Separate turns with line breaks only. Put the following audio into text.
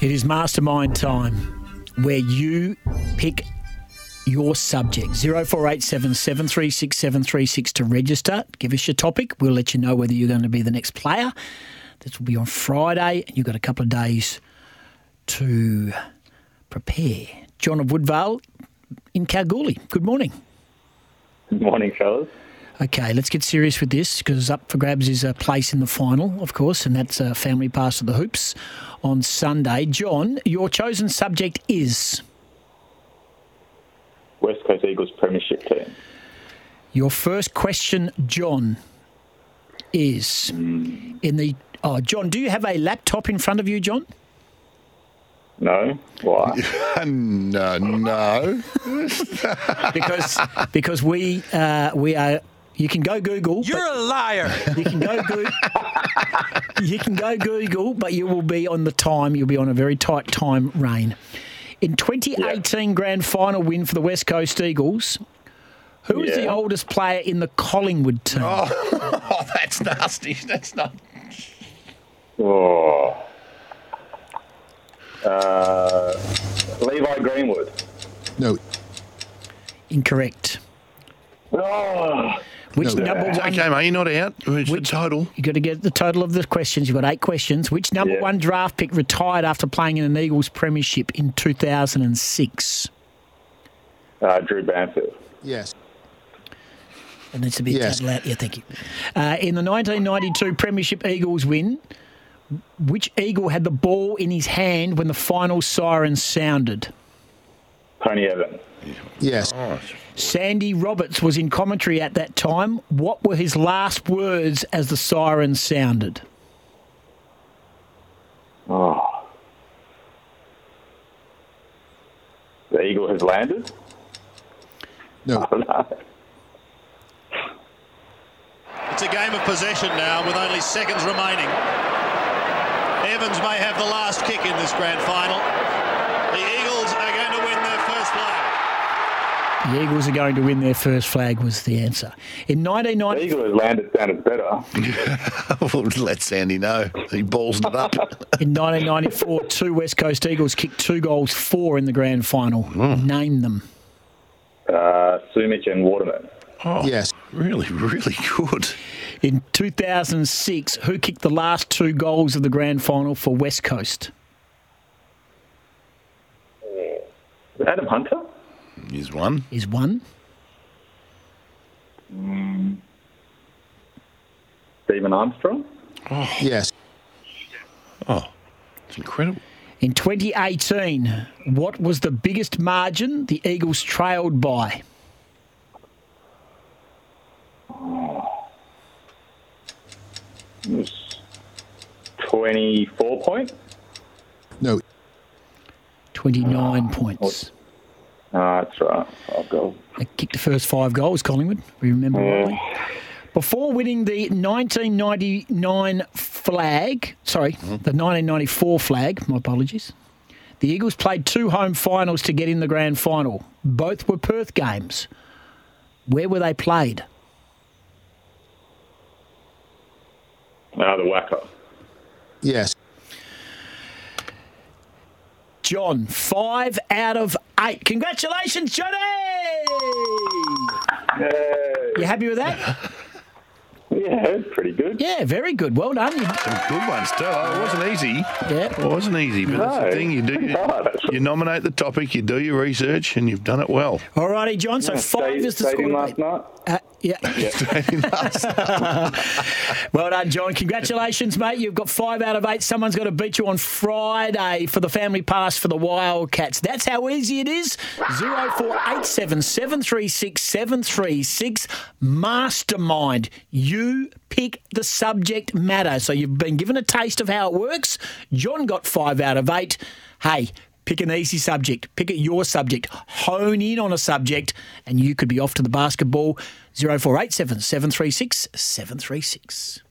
It is mastermind time where you pick your subject 0487 736 736 to register. Give us your topic. We'll let you know whether you're going to be the next player. This will be on Friday, and you've got a couple of days to prepare. John of Woodvale in Kalgoorlie. Good morning.
Morning, fellas.
Okay, let's get serious with this because up for grabs is a place in the final, of course, and that's a family pass of the hoops on Sunday. John, your chosen subject is
West Coast Eagles Premiership team.
your first question, John, is in the. Oh, John, do you have a laptop in front of you, John?
No? Why?
no, no.
Because because we uh, we are. You can go Google.
You're a liar.
You can go Google. you can go Google, but you will be on the time. You'll be on a very tight time rein. In 2018 grand final win for the West Coast Eagles, who was the
Yeah.
oldest player in the Collingwood team?
oh, that's nasty. That's not.
Oh. Uh, Levi Greenwood.
No.
Incorrect.
Oh,
Which
No.
number
It's
one?
okay, mate. You're not out. It's the
Which-
total.
You got to get the total of the questions. You've got eight questions. Which number
Yeah.
one draft pick retired after playing in an Eagles premiership in 2006?
uh, Drew Banfield.
Yes.
And it's a bit
Yes.
loud. Yeah, thank you. Uh, in the 1992 Premiership Eagles win, which Eagle had the ball in his hand when the final siren sounded?
Tony Evans.
Yes.
Sandy Roberts was in commentary at that time. What were his last words as the siren sounded?
Oh. The Eagle has landed?
No.
Oh, no.
It's a game of possession now with only seconds remaining. Evans may have the last kick in this grand final. The Eagles are going to win their first flag.
The Eagles are going to win their first flag was the answer. In
The
1990,
Eagle has landed sounded better. Uh,
Well, let Sandy know. He balls it up.
in 1994, two West Coast Eagles kicked two goals, four in the grand final. Name them.
Uh, Sumich and Waterman.
Oh, yes. Really, really good.
In 2006, who kicked the last two goals of the grand final for West Coast?
Adam Hunter?
Here's one.
Is one.
Stephen Armstrong?
Yes. Oh, it's incredible.
In 2018, what was the biggest margin the Eagles trailed by?
It was 24 points?
No.
29 points.
Ah, that's right. I'll go.
They kicked the first five goals, Collingwood, we remember rightly. Before winning the 1999 flag, sorry,
Hmm?
the 1994 flag, my apologies, the Eagles played two home finals to get in the grand final. Both were Perth games. Where were they played?
Ah, the whacker.
Yes.
John, five out of eight. Congratulations, Johnny!
Yay.
You happy with that?
Yeah, that's pretty good.
Yeah, very good. Well done. You-
Some good ones too. Oh, it wasn't easy.
Yeah.
It wasn't easy, but that's the
No.
thing you do. You,
No, that's-
you nominate the topic, you do your research, and you've done it well.
All righty, John. So
Yeah,
five
stayed-
is the
stayed in
score.
last
mate.
night.
Uh, yeah. Well done, John. Congratulations, mate. You've got five out of eight. Someone's got to beat you on Friday for the family pass for the Wildcats. That's how easy it is. 0487 736 736. Mastermind. You pick the subject matter. So you've been given a taste of how it works. John got five out of eight. Hey, Pick an easy subject. Pick at your subject. Hone in on a subject, and you could be off to the basketball. 0487 736 736.